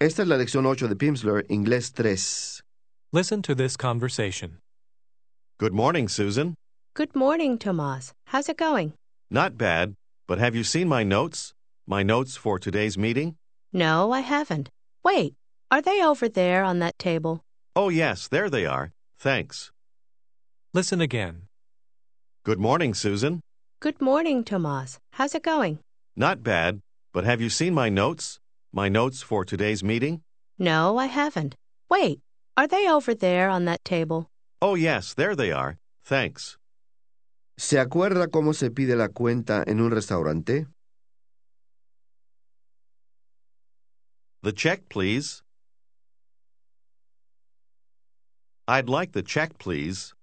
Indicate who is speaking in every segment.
Speaker 1: Esta es la lección 8 de Pimsleur, inglés 3.
Speaker 2: Listen to this conversation.
Speaker 3: Good morning, Susan.
Speaker 4: Good morning, Tomas. How's it going?
Speaker 3: Not bad, but have you seen my notes? My notes for today's meeting?
Speaker 4: No, I haven't. Wait, are they over there on that table?
Speaker 3: Oh, yes, there they are. Thanks.
Speaker 2: Listen again.
Speaker 3: Good morning, Susan.
Speaker 4: Good morning, Tomas. How's it going?
Speaker 3: Not bad, but have you seen my notes? My notes for today's meeting?
Speaker 4: No, I haven't. Wait, are they over there on that table?
Speaker 3: Oh, yes, there they are. Thanks.
Speaker 1: ¿Se acuerda cómo se pide la cuenta en un restaurante?
Speaker 3: The check, please. I'd like the check, please.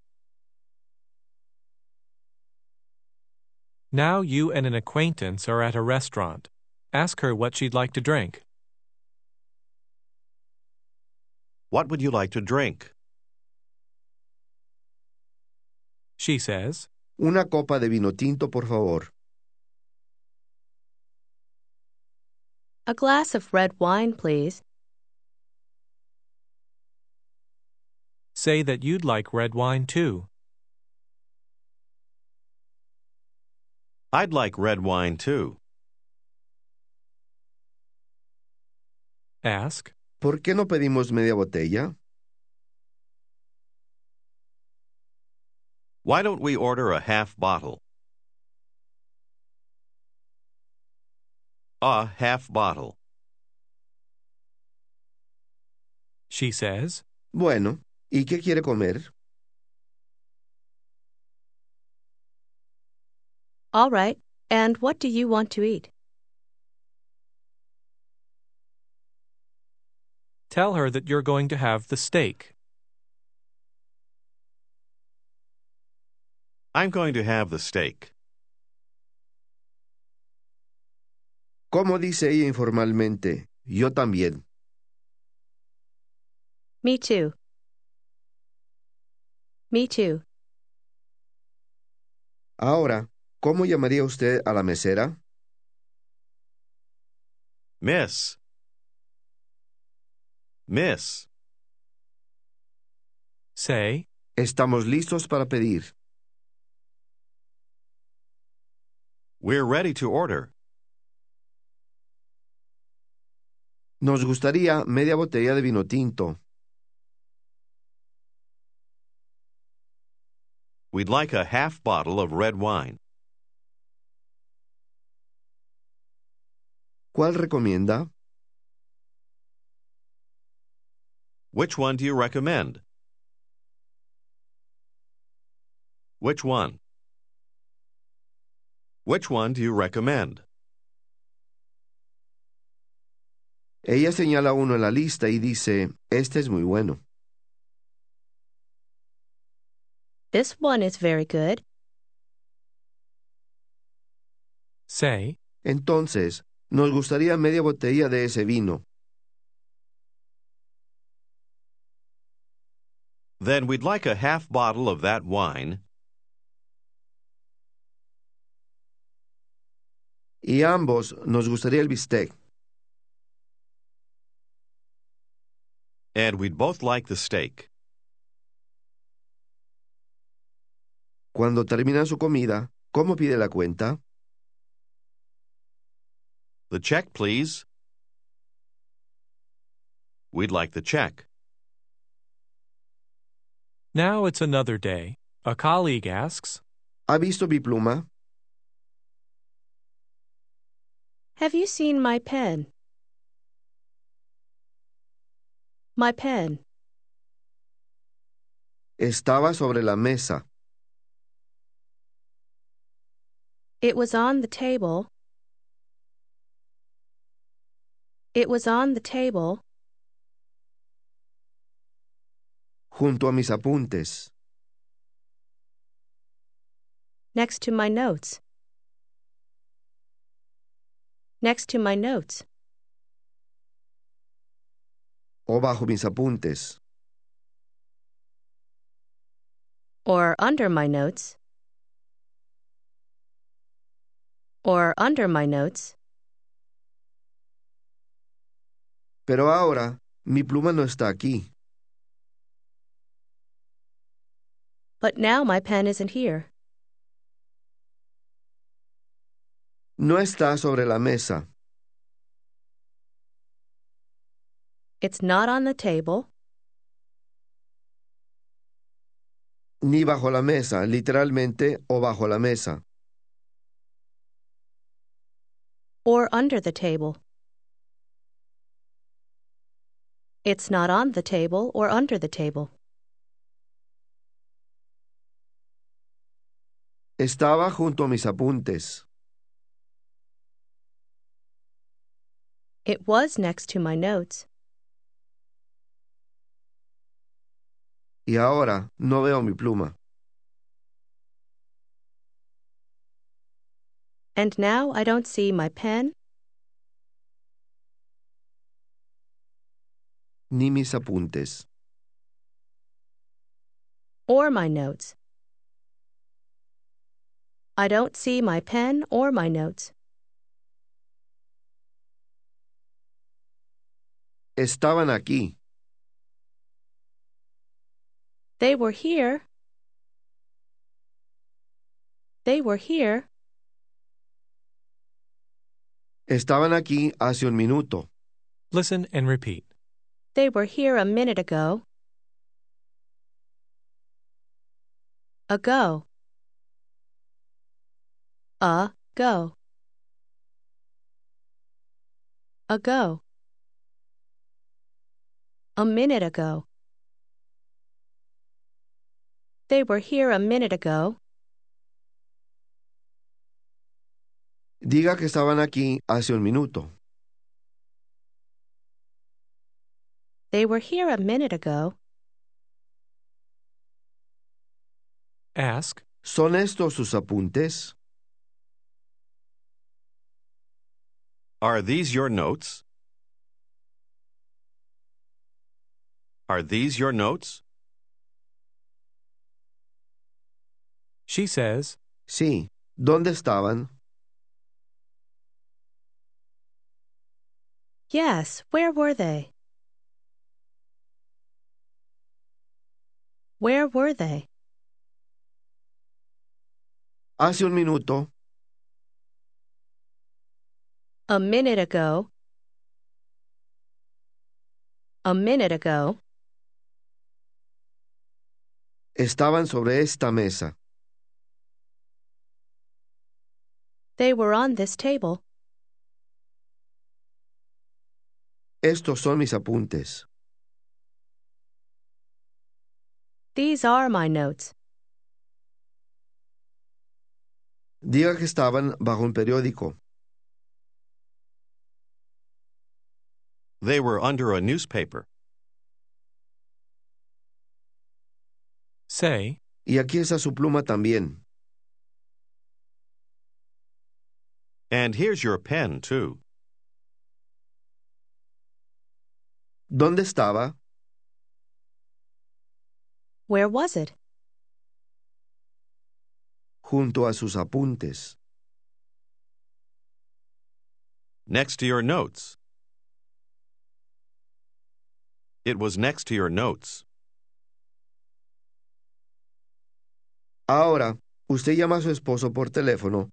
Speaker 2: Now you and an acquaintance are at a restaurant. Ask her what she'd like to drink.
Speaker 3: What would you like to drink?
Speaker 2: She says,
Speaker 1: Una copa de vino tinto, por favor.
Speaker 4: A glass of red wine, please.
Speaker 2: Say that you'd like red wine too.
Speaker 3: I'd like red wine, too.
Speaker 2: Ask,
Speaker 1: ¿Por qué no pedimos media botella?
Speaker 3: Why don't we order a half bottle? A half bottle.
Speaker 2: she says,
Speaker 1: Bueno, ¿y qué quiere comer?
Speaker 4: All right. And what do you want to eat?
Speaker 2: Tell her that you're going to have the steak.
Speaker 3: I'm going to have the steak.
Speaker 1: ¿Cómo dice ella informalmente? Yo también.
Speaker 4: Me too. Me too.
Speaker 1: Ahora, ¿cómo llamaría usted a la mesera?
Speaker 3: Miss. Miss.
Speaker 2: Say,
Speaker 1: Estamos listos para pedir.
Speaker 3: We're ready to order.
Speaker 1: Nos gustaría media botella de vino tinto.
Speaker 3: We'd like a half bottle of red wine.
Speaker 1: ¿Cuál recomienda?
Speaker 3: Which one do you recommend? Which one? Which one do you recommend?
Speaker 1: Ella señala uno en la lista y dice, este es muy bueno.
Speaker 4: This one is very good.
Speaker 2: say,
Speaker 1: Entonces, nos gustaría media botella de ese vino.
Speaker 3: Then we'd like a half bottle of that wine,
Speaker 1: Y a ambos nos gustaría el bistec.
Speaker 3: and we'd both like the steak.
Speaker 1: Cuando termina su comida, ¿cómo pide la cuenta?
Speaker 3: The check, please. We'd like the check.
Speaker 2: now it's another day. A colleague asks,
Speaker 1: ¿Ha visto mi pluma?
Speaker 4: Have you seen my pen? My pen.
Speaker 1: Estaba sobre la mesa.
Speaker 4: It was on the table. It was on the table
Speaker 1: junto a mis apuntes.
Speaker 4: next to my notes. Next to my notes.
Speaker 1: o bajo mis apuntes.
Speaker 4: Or under my notes. Or under my notes.
Speaker 1: Pero ahora, mi pluma no está aquí.
Speaker 4: But now my pen isn't here.
Speaker 1: No está sobre la mesa.
Speaker 4: It's not on the table,
Speaker 1: Ni bajo la mesa, literalmente o bajo la mesa.
Speaker 4: or under the table. It's not on the table or under the table.
Speaker 1: Estaba junto a mis apuntes.
Speaker 4: It was next to my notes,
Speaker 1: Y ahora no veo mi pluma.
Speaker 4: and now I don't see my pen
Speaker 1: Ni mis apuntes.
Speaker 4: or my notes. I don't see my pen or my notes.
Speaker 1: Estaban aquí.
Speaker 4: They were here. They were here.
Speaker 1: Estaban aquí hace un minuto.
Speaker 2: Listen and repeat.
Speaker 4: They were here a minute ago. Ago. A go. Ago. A minute ago. They were here a minute ago.
Speaker 1: Diga que estaban aquí hace un minuto.
Speaker 4: They were here a minute ago.
Speaker 2: Ask,
Speaker 1: ¿Son estos sus apuntes?
Speaker 3: Are these your notes? Are these your notes?
Speaker 2: she says,
Speaker 1: Sí. ¿Dónde estaban?
Speaker 4: Yes, where were they? Where were they?
Speaker 1: Hace un minuto.
Speaker 4: A minute ago. A minute ago.
Speaker 1: Estaban sobre esta mesa.
Speaker 4: They were on this table.
Speaker 1: Estos son mis apuntes.
Speaker 4: These are my notes.
Speaker 1: Diga que estaban bajo un periódico.
Speaker 3: They were under a newspaper.
Speaker 2: say,
Speaker 1: Y aquí está su pluma también.
Speaker 3: And here's your pen, too.
Speaker 1: ¿Dónde estaba?
Speaker 4: Where was it?
Speaker 1: Junto a sus apuntes.
Speaker 3: Next to your notes. It was next to your notes.
Speaker 1: Ahora, usted llama a su esposo por teléfono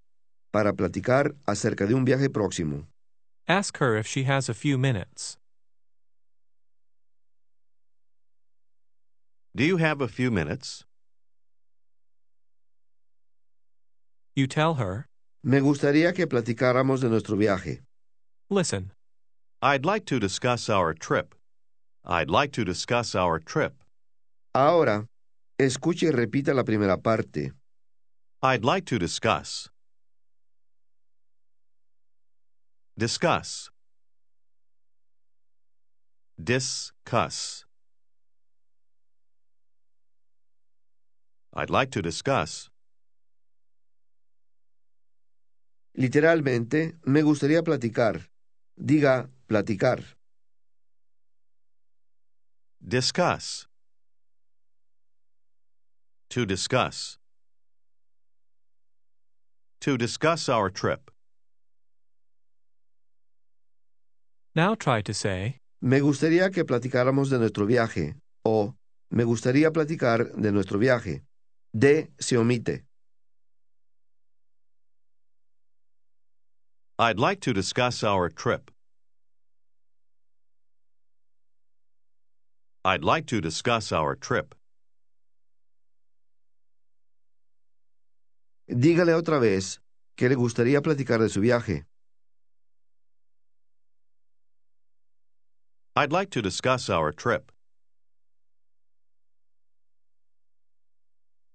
Speaker 1: para platicar acerca de un viaje próximo.
Speaker 2: ask her if she has a few minutes.
Speaker 3: Do you have a few minutes?
Speaker 2: You tell her,
Speaker 1: Me gustaría que platicáramos de nuestro viaje.
Speaker 2: listen,
Speaker 3: I'd like to discuss our trip. I'd like to discuss our trip.
Speaker 1: Ahora, escuche y repita la primera parte.
Speaker 3: I'd like to discuss. Discuss. Discuss. I'd like to discuss.
Speaker 1: Literalmente, me gustaría platicar. Diga, platicar.
Speaker 3: Discuss. To discuss. To discuss our trip.
Speaker 2: now try to say,
Speaker 1: Me gustaría que platicáramos de nuestro viaje o me gustaría platicar de nuestro viaje. De se omite.
Speaker 3: I'd like to discuss our trip. I'd like to discuss our trip.
Speaker 1: Dígale otra vez que le gustaría platicar de su viaje.
Speaker 3: I'd like to discuss our trip.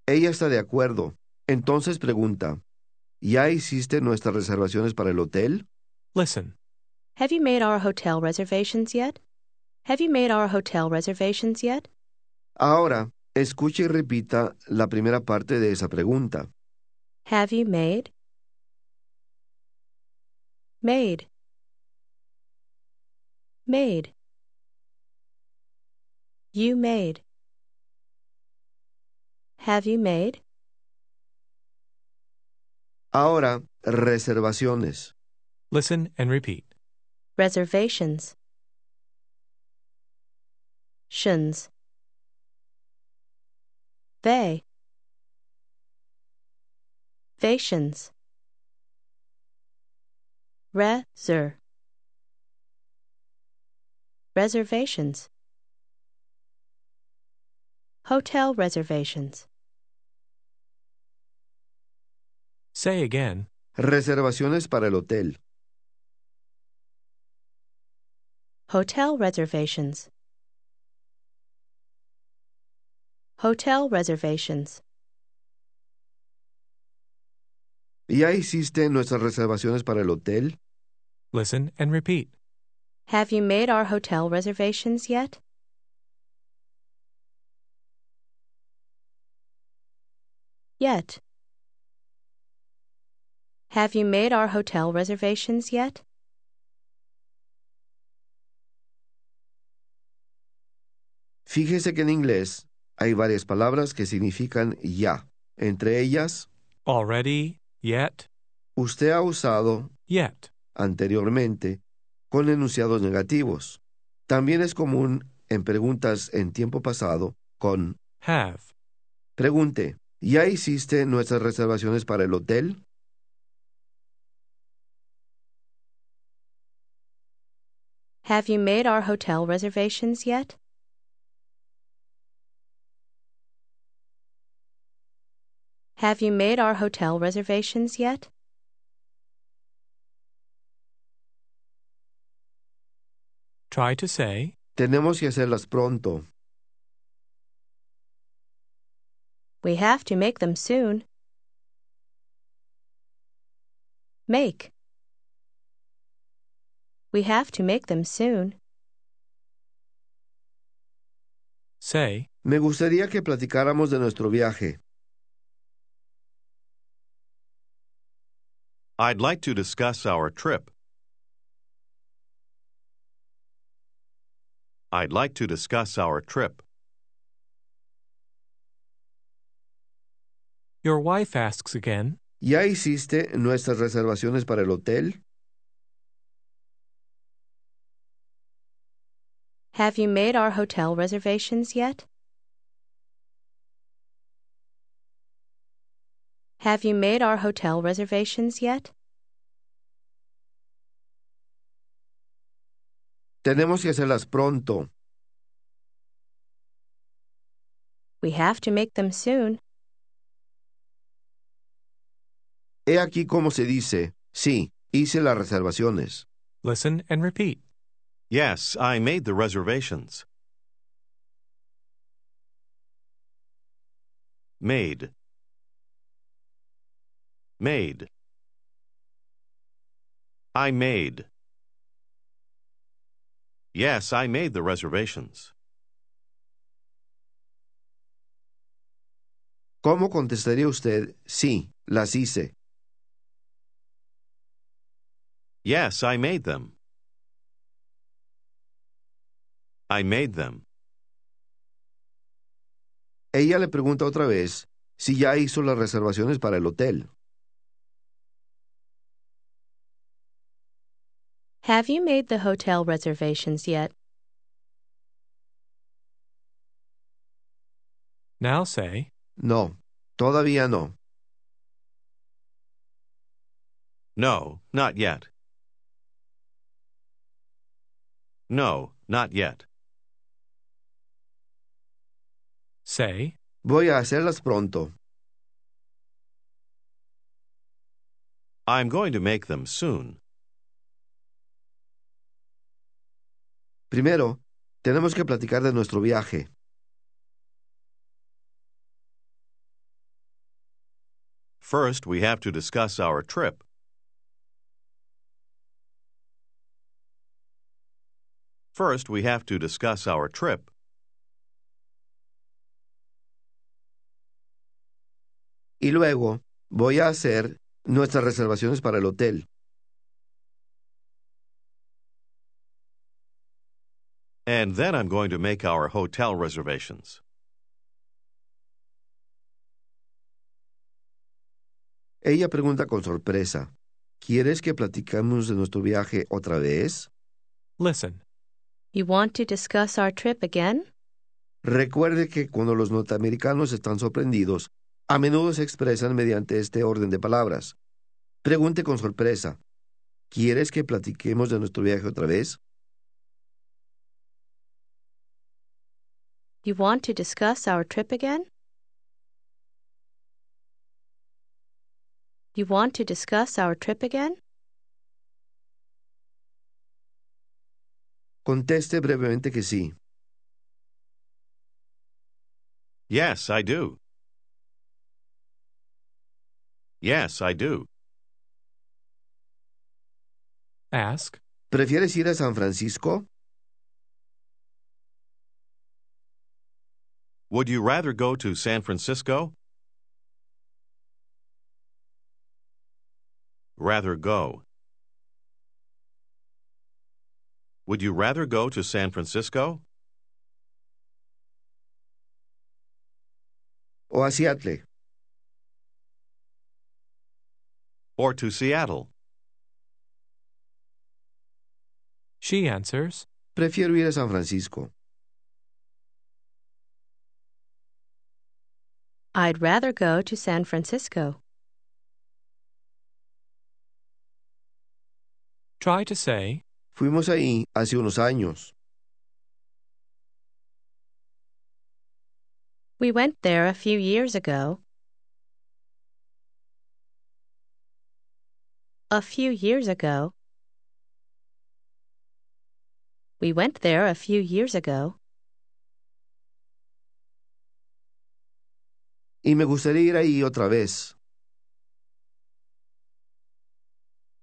Speaker 1: Ella está de acuerdo. Entonces pregunta, ¿ya hiciste nuestras reservaciones para el hotel?
Speaker 2: Listen.
Speaker 4: Have you made our hotel reservations yet? Have you made our hotel reservations yet?
Speaker 1: Ahora, escuche y repita la primera parte de esa pregunta.
Speaker 4: Have you made? Made. Made. You made. Have you made?
Speaker 1: Ahora, reservaciones.
Speaker 2: Listen and repeat.
Speaker 4: Reservations. Shins. They. Vations. Reser. Reservations. Hotel reservations.
Speaker 2: Say again.
Speaker 1: Reservaciones para el hotel.
Speaker 4: Hotel reservations. Hotel reservations.
Speaker 1: ¿Ya hiciste nuestras reservaciones para el hotel?
Speaker 2: Listen and repeat.
Speaker 4: Have you made our hotel reservations yet? Yet. Have you made our hotel reservations yet?
Speaker 1: Fíjese que en inglés hay varias palabras que significan ya. Entre ellas,
Speaker 2: Already, yet,
Speaker 1: usted ha usado
Speaker 2: yet.
Speaker 1: anteriormente con enunciados negativos. También es común en preguntas en tiempo pasado con
Speaker 2: Have.
Speaker 1: pregunte, ¿ya hiciste nuestras reservaciones para el hotel?
Speaker 4: Have you made our hotel reservations yet? Have you made our hotel reservations yet?
Speaker 2: Try to say.
Speaker 1: Tenemos que hacerlas pronto.
Speaker 4: We have to make them soon. Make. We have to make them soon.
Speaker 2: Say.
Speaker 1: Me gustaría que platicáramos de nuestro viaje.
Speaker 3: I'd like to discuss our trip. I'd like to discuss our trip.
Speaker 2: Your wife asks again.
Speaker 1: ¿Ya hiciste nuestras reservaciones para el hotel?
Speaker 4: Have you made our hotel reservations yet? Have you made our hotel reservations yet?
Speaker 1: Tenemos que hacerlas pronto.
Speaker 4: We have to make them soon.
Speaker 1: He aquí cómo se dice, sí, hice las reservaciones.
Speaker 2: Listen and repeat.
Speaker 3: Yes, I made the reservations. Made. Made. I made. Yes, I made the reservations.
Speaker 1: ¿Cómo contestaría usted, sí, las hice?
Speaker 3: Yes, I made them. I made them.
Speaker 1: Ella le pregunta otra vez si ya hizo las reservaciones para el hotel.
Speaker 4: Have you made the hotel reservations yet?
Speaker 2: Now say,
Speaker 1: No, todavía no.
Speaker 3: No, not yet. No, not yet.
Speaker 2: say,
Speaker 1: Voy a hacerlas pronto.
Speaker 3: I'm going to make them soon.
Speaker 1: Primero, tenemos que platicar de nuestro viaje.
Speaker 3: First, we have to discuss our trip. First, we have to discuss our trip.
Speaker 1: Y luego, voy a hacer nuestras reservaciones para el hotel.
Speaker 3: And then I'm going to make our hotel reservations.
Speaker 1: Ella pregunta con sorpresa, ¿quieres que platicamos de nuestro viaje otra vez?
Speaker 2: listen.
Speaker 4: You want to discuss our trip again?
Speaker 1: Recuerde que cuando los norteamericanos están sorprendidos, a menudo se expresan mediante este orden de palabras. Pregunte con sorpresa, ¿quieres que platiquemos de nuestro viaje otra vez?
Speaker 4: You want to discuss our trip again? You want to discuss our trip again?
Speaker 1: Conteste brevemente que sí.
Speaker 3: Yes, I do. Yes, I do.
Speaker 2: Ask,
Speaker 1: ¿Prefieres ir a San Francisco?
Speaker 3: Would you rather go to San Francisco? Rather go. Would you rather go to San Francisco?
Speaker 1: ¿O a Seattle?
Speaker 3: or to Seattle.
Speaker 2: she answers,
Speaker 1: Prefiero ir a San Francisco.
Speaker 4: I'd rather go to San Francisco.
Speaker 2: try to say,
Speaker 1: Fuimos ahí hace unos años.
Speaker 4: We went there a few years ago. A few years ago. We went there a few years ago.
Speaker 1: Y me gustaría ir ahí otra vez.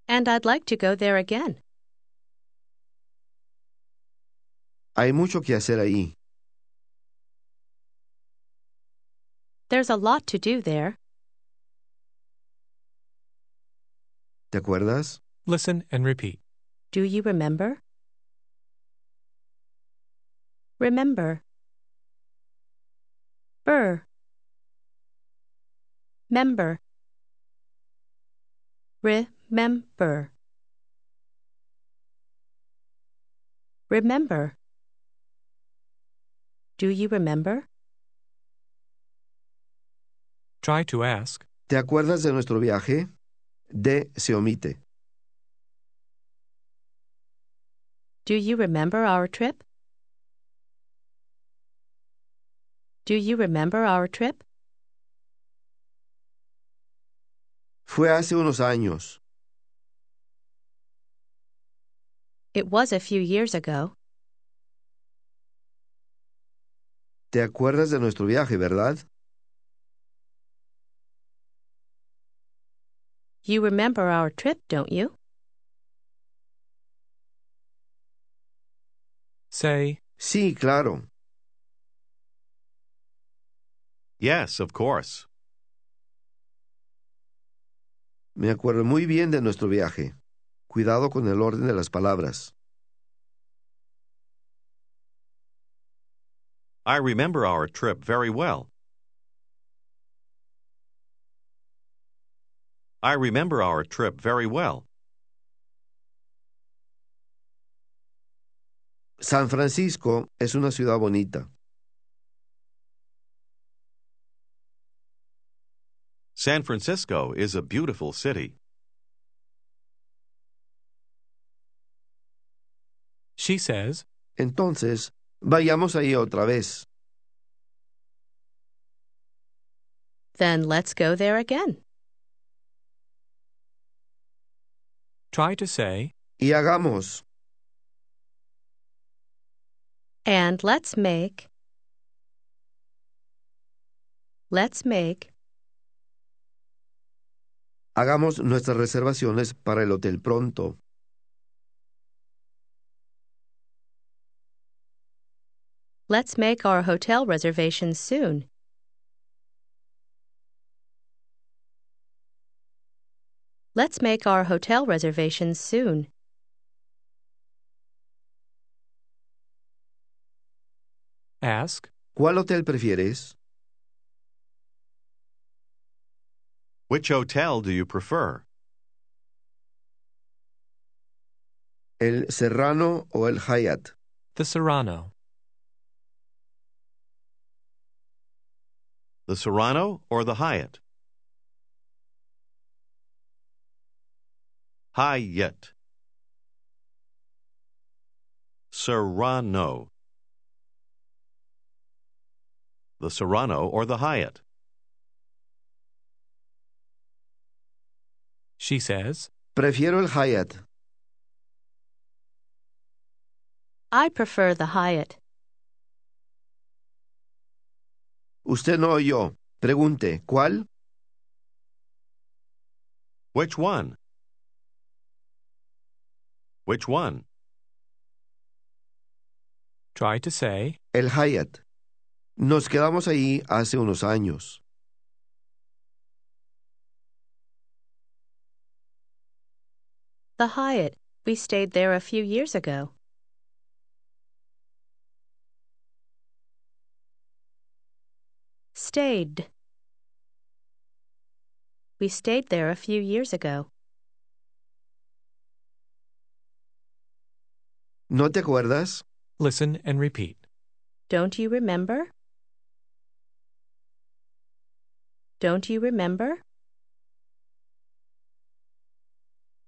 Speaker 4: And I'd like to go there again.
Speaker 1: Hay mucho que hacer ahí.
Speaker 4: There's a lot to do there.
Speaker 1: ¿Te acuerdas?
Speaker 2: listen, and repeat.
Speaker 4: Do you remember? Remember. Burr. Member. Remember. Remember. Do you remember?
Speaker 2: Try to ask,
Speaker 1: ¿Te acuerdas de nuestro viaje? D se omite.
Speaker 4: Do you remember our trip? Do you remember our trip?
Speaker 1: Fue hace unos años.
Speaker 4: It was a few years ago.
Speaker 1: ¿Te acuerdas de nuestro viaje, verdad?
Speaker 4: You remember our trip, don't you?
Speaker 2: say,
Speaker 1: Sí, claro.
Speaker 3: Yes, of course.
Speaker 1: Me acuerdo muy bien de nuestro viaje. Cuidado con el orden de las palabras.
Speaker 3: I remember our trip very well. I remember our trip very well.
Speaker 1: San Francisco es una ciudad bonita.
Speaker 3: San Francisco is a beautiful city.
Speaker 2: She says,
Speaker 1: Entonces, vayamos ahí otra vez.
Speaker 4: Then let's go there again.
Speaker 2: Try to say,
Speaker 1: Y hagamos.
Speaker 4: And let's make. Let's make.
Speaker 1: Hagamos nuestras reservaciones para el hotel pronto.
Speaker 4: Let's make our hotel reservations soon. Let's make our hotel reservations soon.
Speaker 2: ask,
Speaker 1: ¿Cuál hotel prefieres?
Speaker 3: Which hotel do you prefer?
Speaker 1: ¿El Serrano o el Hyatt?
Speaker 2: the Serrano,
Speaker 3: The Serrano or the Hyatt? Hyatt. Serrano. The Serrano or the Hyatt?
Speaker 2: she says,
Speaker 1: Prefiero el Hyatt.
Speaker 4: I prefer the Hyatt.
Speaker 1: Usted no oyó. Pregunte, ¿cuál?
Speaker 3: Which one? Which one?
Speaker 2: try to say,
Speaker 1: El Hyatt. Nos quedamos ahí hace unos años.
Speaker 4: The Hyatt. We stayed there a few years ago. Stayed. We stayed there a few years ago.
Speaker 1: ¿No te acuerdas?
Speaker 2: listen and repeat.
Speaker 4: Don't you remember? Don't you remember?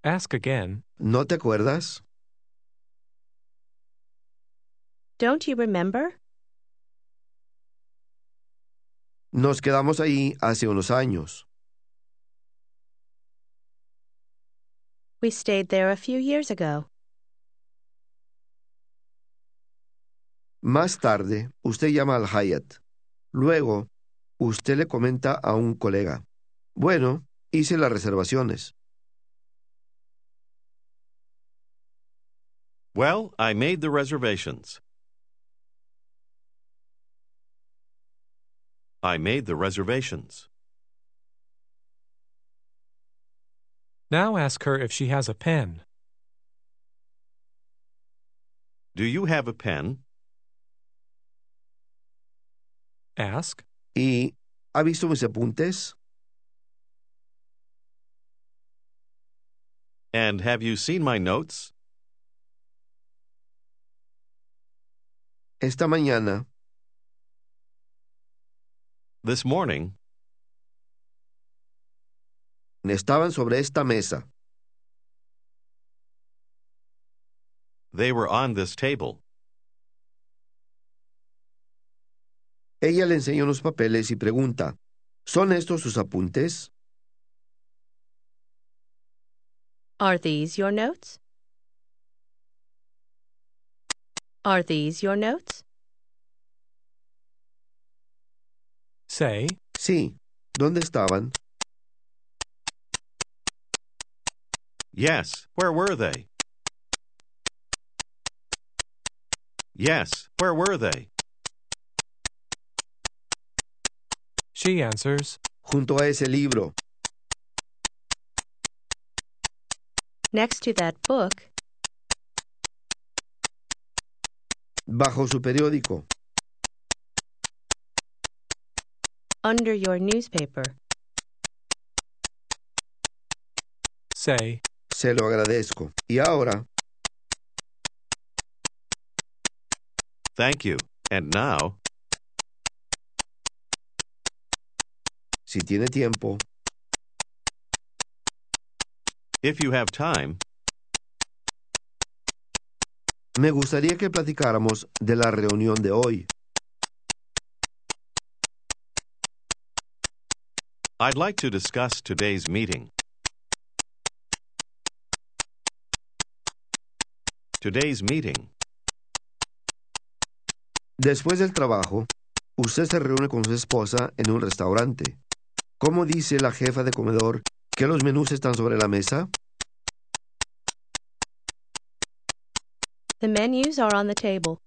Speaker 2: Ask again,
Speaker 1: ¿No te acuerdas?
Speaker 4: Don't you remember?
Speaker 1: Nos quedamos ahí hace unos años.
Speaker 4: We stayed there a few years ago.
Speaker 1: Más tarde, usted llama al Hyatt. Luego, usted le comenta a un colega. Bueno, hice las reservaciones.
Speaker 3: Well, I made the reservations. I made the reservations.
Speaker 2: Now ask her if she has a pen.
Speaker 3: Do you have a pen?
Speaker 2: Ask,
Speaker 1: ¿Y ha visto mis apuntes?
Speaker 3: And have you seen my notes?
Speaker 1: Esta mañana,
Speaker 3: This morning,
Speaker 1: estaban sobre esta mesa.
Speaker 3: they were on this table.
Speaker 1: Ella le enseña unos papeles y pregunta, ¿son estos sus apuntes?
Speaker 4: Are these your notes? Are these your notes?
Speaker 2: say,
Speaker 1: Sí. ¿Dónde estaban?
Speaker 3: Yes, where were they? Yes, where were they?
Speaker 2: she answers,
Speaker 1: Junto a ese libro.
Speaker 4: Next to that book,
Speaker 1: Bajo su periódico.
Speaker 4: under your newspaper.
Speaker 2: say,
Speaker 1: Se lo agradezco. Y ahora,
Speaker 3: Thank you. And now,
Speaker 1: si tiene tiempo,
Speaker 3: If you have time,
Speaker 1: Me gustaría que platicáramos de la reunión de hoy.
Speaker 3: I'd like to discuss today's meeting. Today's meeting.
Speaker 1: Después del trabajo, usted se reúne con su esposa en un restaurante. ¿Cómo dice la jefa de comedor que los menús están sobre la mesa?
Speaker 4: The menus are on the table.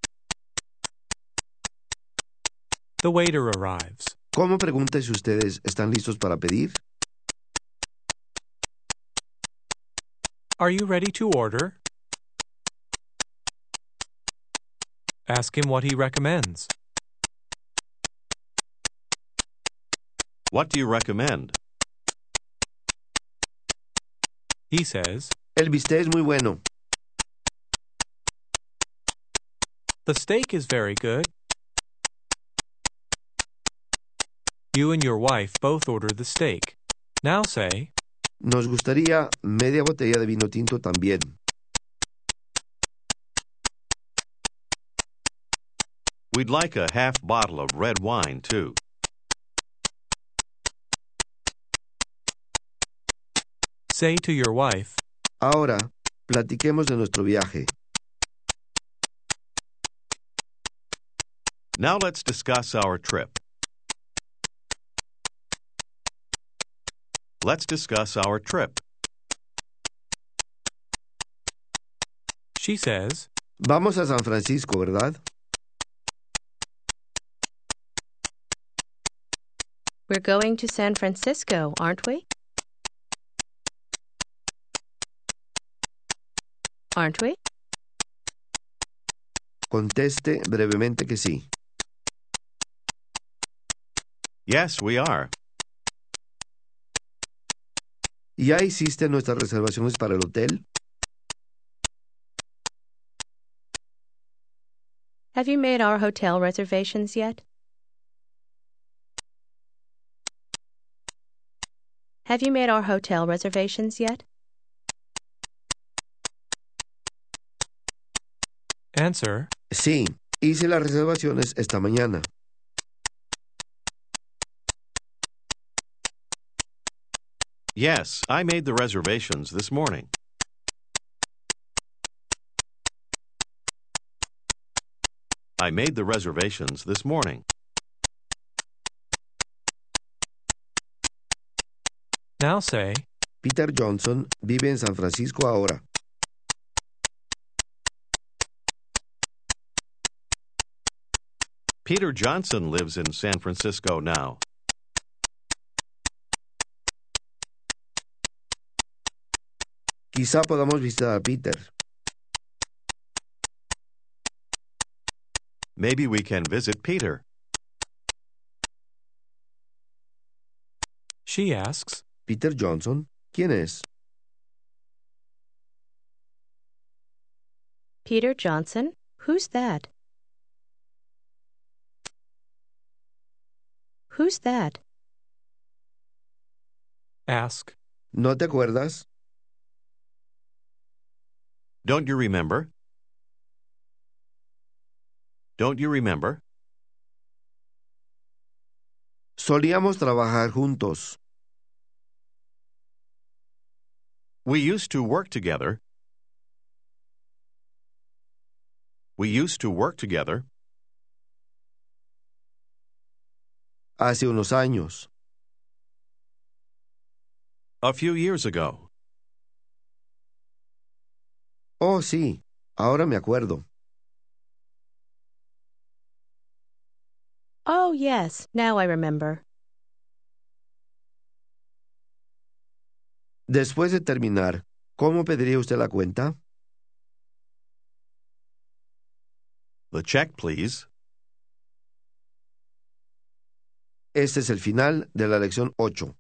Speaker 2: The waiter arrives.
Speaker 1: ¿Cómo pregunta si ustedes están listos para pedir?
Speaker 2: Are you ready to order? Ask him what he recommends.
Speaker 3: What do you recommend?
Speaker 2: He says,
Speaker 1: El bistec es muy bueno.
Speaker 2: The steak is very good. You and your wife both order the steak. Now say,
Speaker 1: Nos gustaría media botella de vino tinto también.
Speaker 3: We'd like a half bottle of red wine, too.
Speaker 2: say to your wife,
Speaker 1: Ahora, platiquemos de nuestro viaje.
Speaker 3: Now let's discuss our trip. Let's discuss our trip.
Speaker 2: she says,
Speaker 1: Vamos a San Francisco, ¿verdad?
Speaker 4: We're going to San Francisco, aren't we? Aren't we?
Speaker 1: Conteste brevemente que sí.
Speaker 3: Yes, we are.
Speaker 1: ¿Ya hiciste nuestras reservaciones para el hotel?
Speaker 4: Have you made our hotel reservations yet? Have you made our hotel reservations yet?
Speaker 2: Answer,
Speaker 1: Sí, hice las reservaciones esta mañana.
Speaker 3: Yes, I made the reservations this morning. I made the reservations this morning.
Speaker 2: Now say,
Speaker 1: Peter Johnson vive en San Francisco ahora.
Speaker 3: Peter Johnson lives in San Francisco now.
Speaker 1: Quizá podamos visitar a Peter.
Speaker 3: Maybe we can visit Peter.
Speaker 2: she asks,
Speaker 1: Peter Johnson, ¿quién es?
Speaker 4: Peter Johnson? Who's that? Who's that?
Speaker 2: ask,
Speaker 1: ¿No te acuerdas?
Speaker 3: Don't you remember? Don't you remember?
Speaker 1: Solíamos trabajar juntos.
Speaker 3: We used to work together. We used to work together
Speaker 1: Hace unos años.
Speaker 3: a few years ago.
Speaker 1: Oh, sí, ahora me acuerdo.
Speaker 4: Oh, yes, now I remember.
Speaker 1: Después de terminar, ¿cómo pediría usted la cuenta?
Speaker 3: The check, please.
Speaker 1: Este es el final de la lección 8.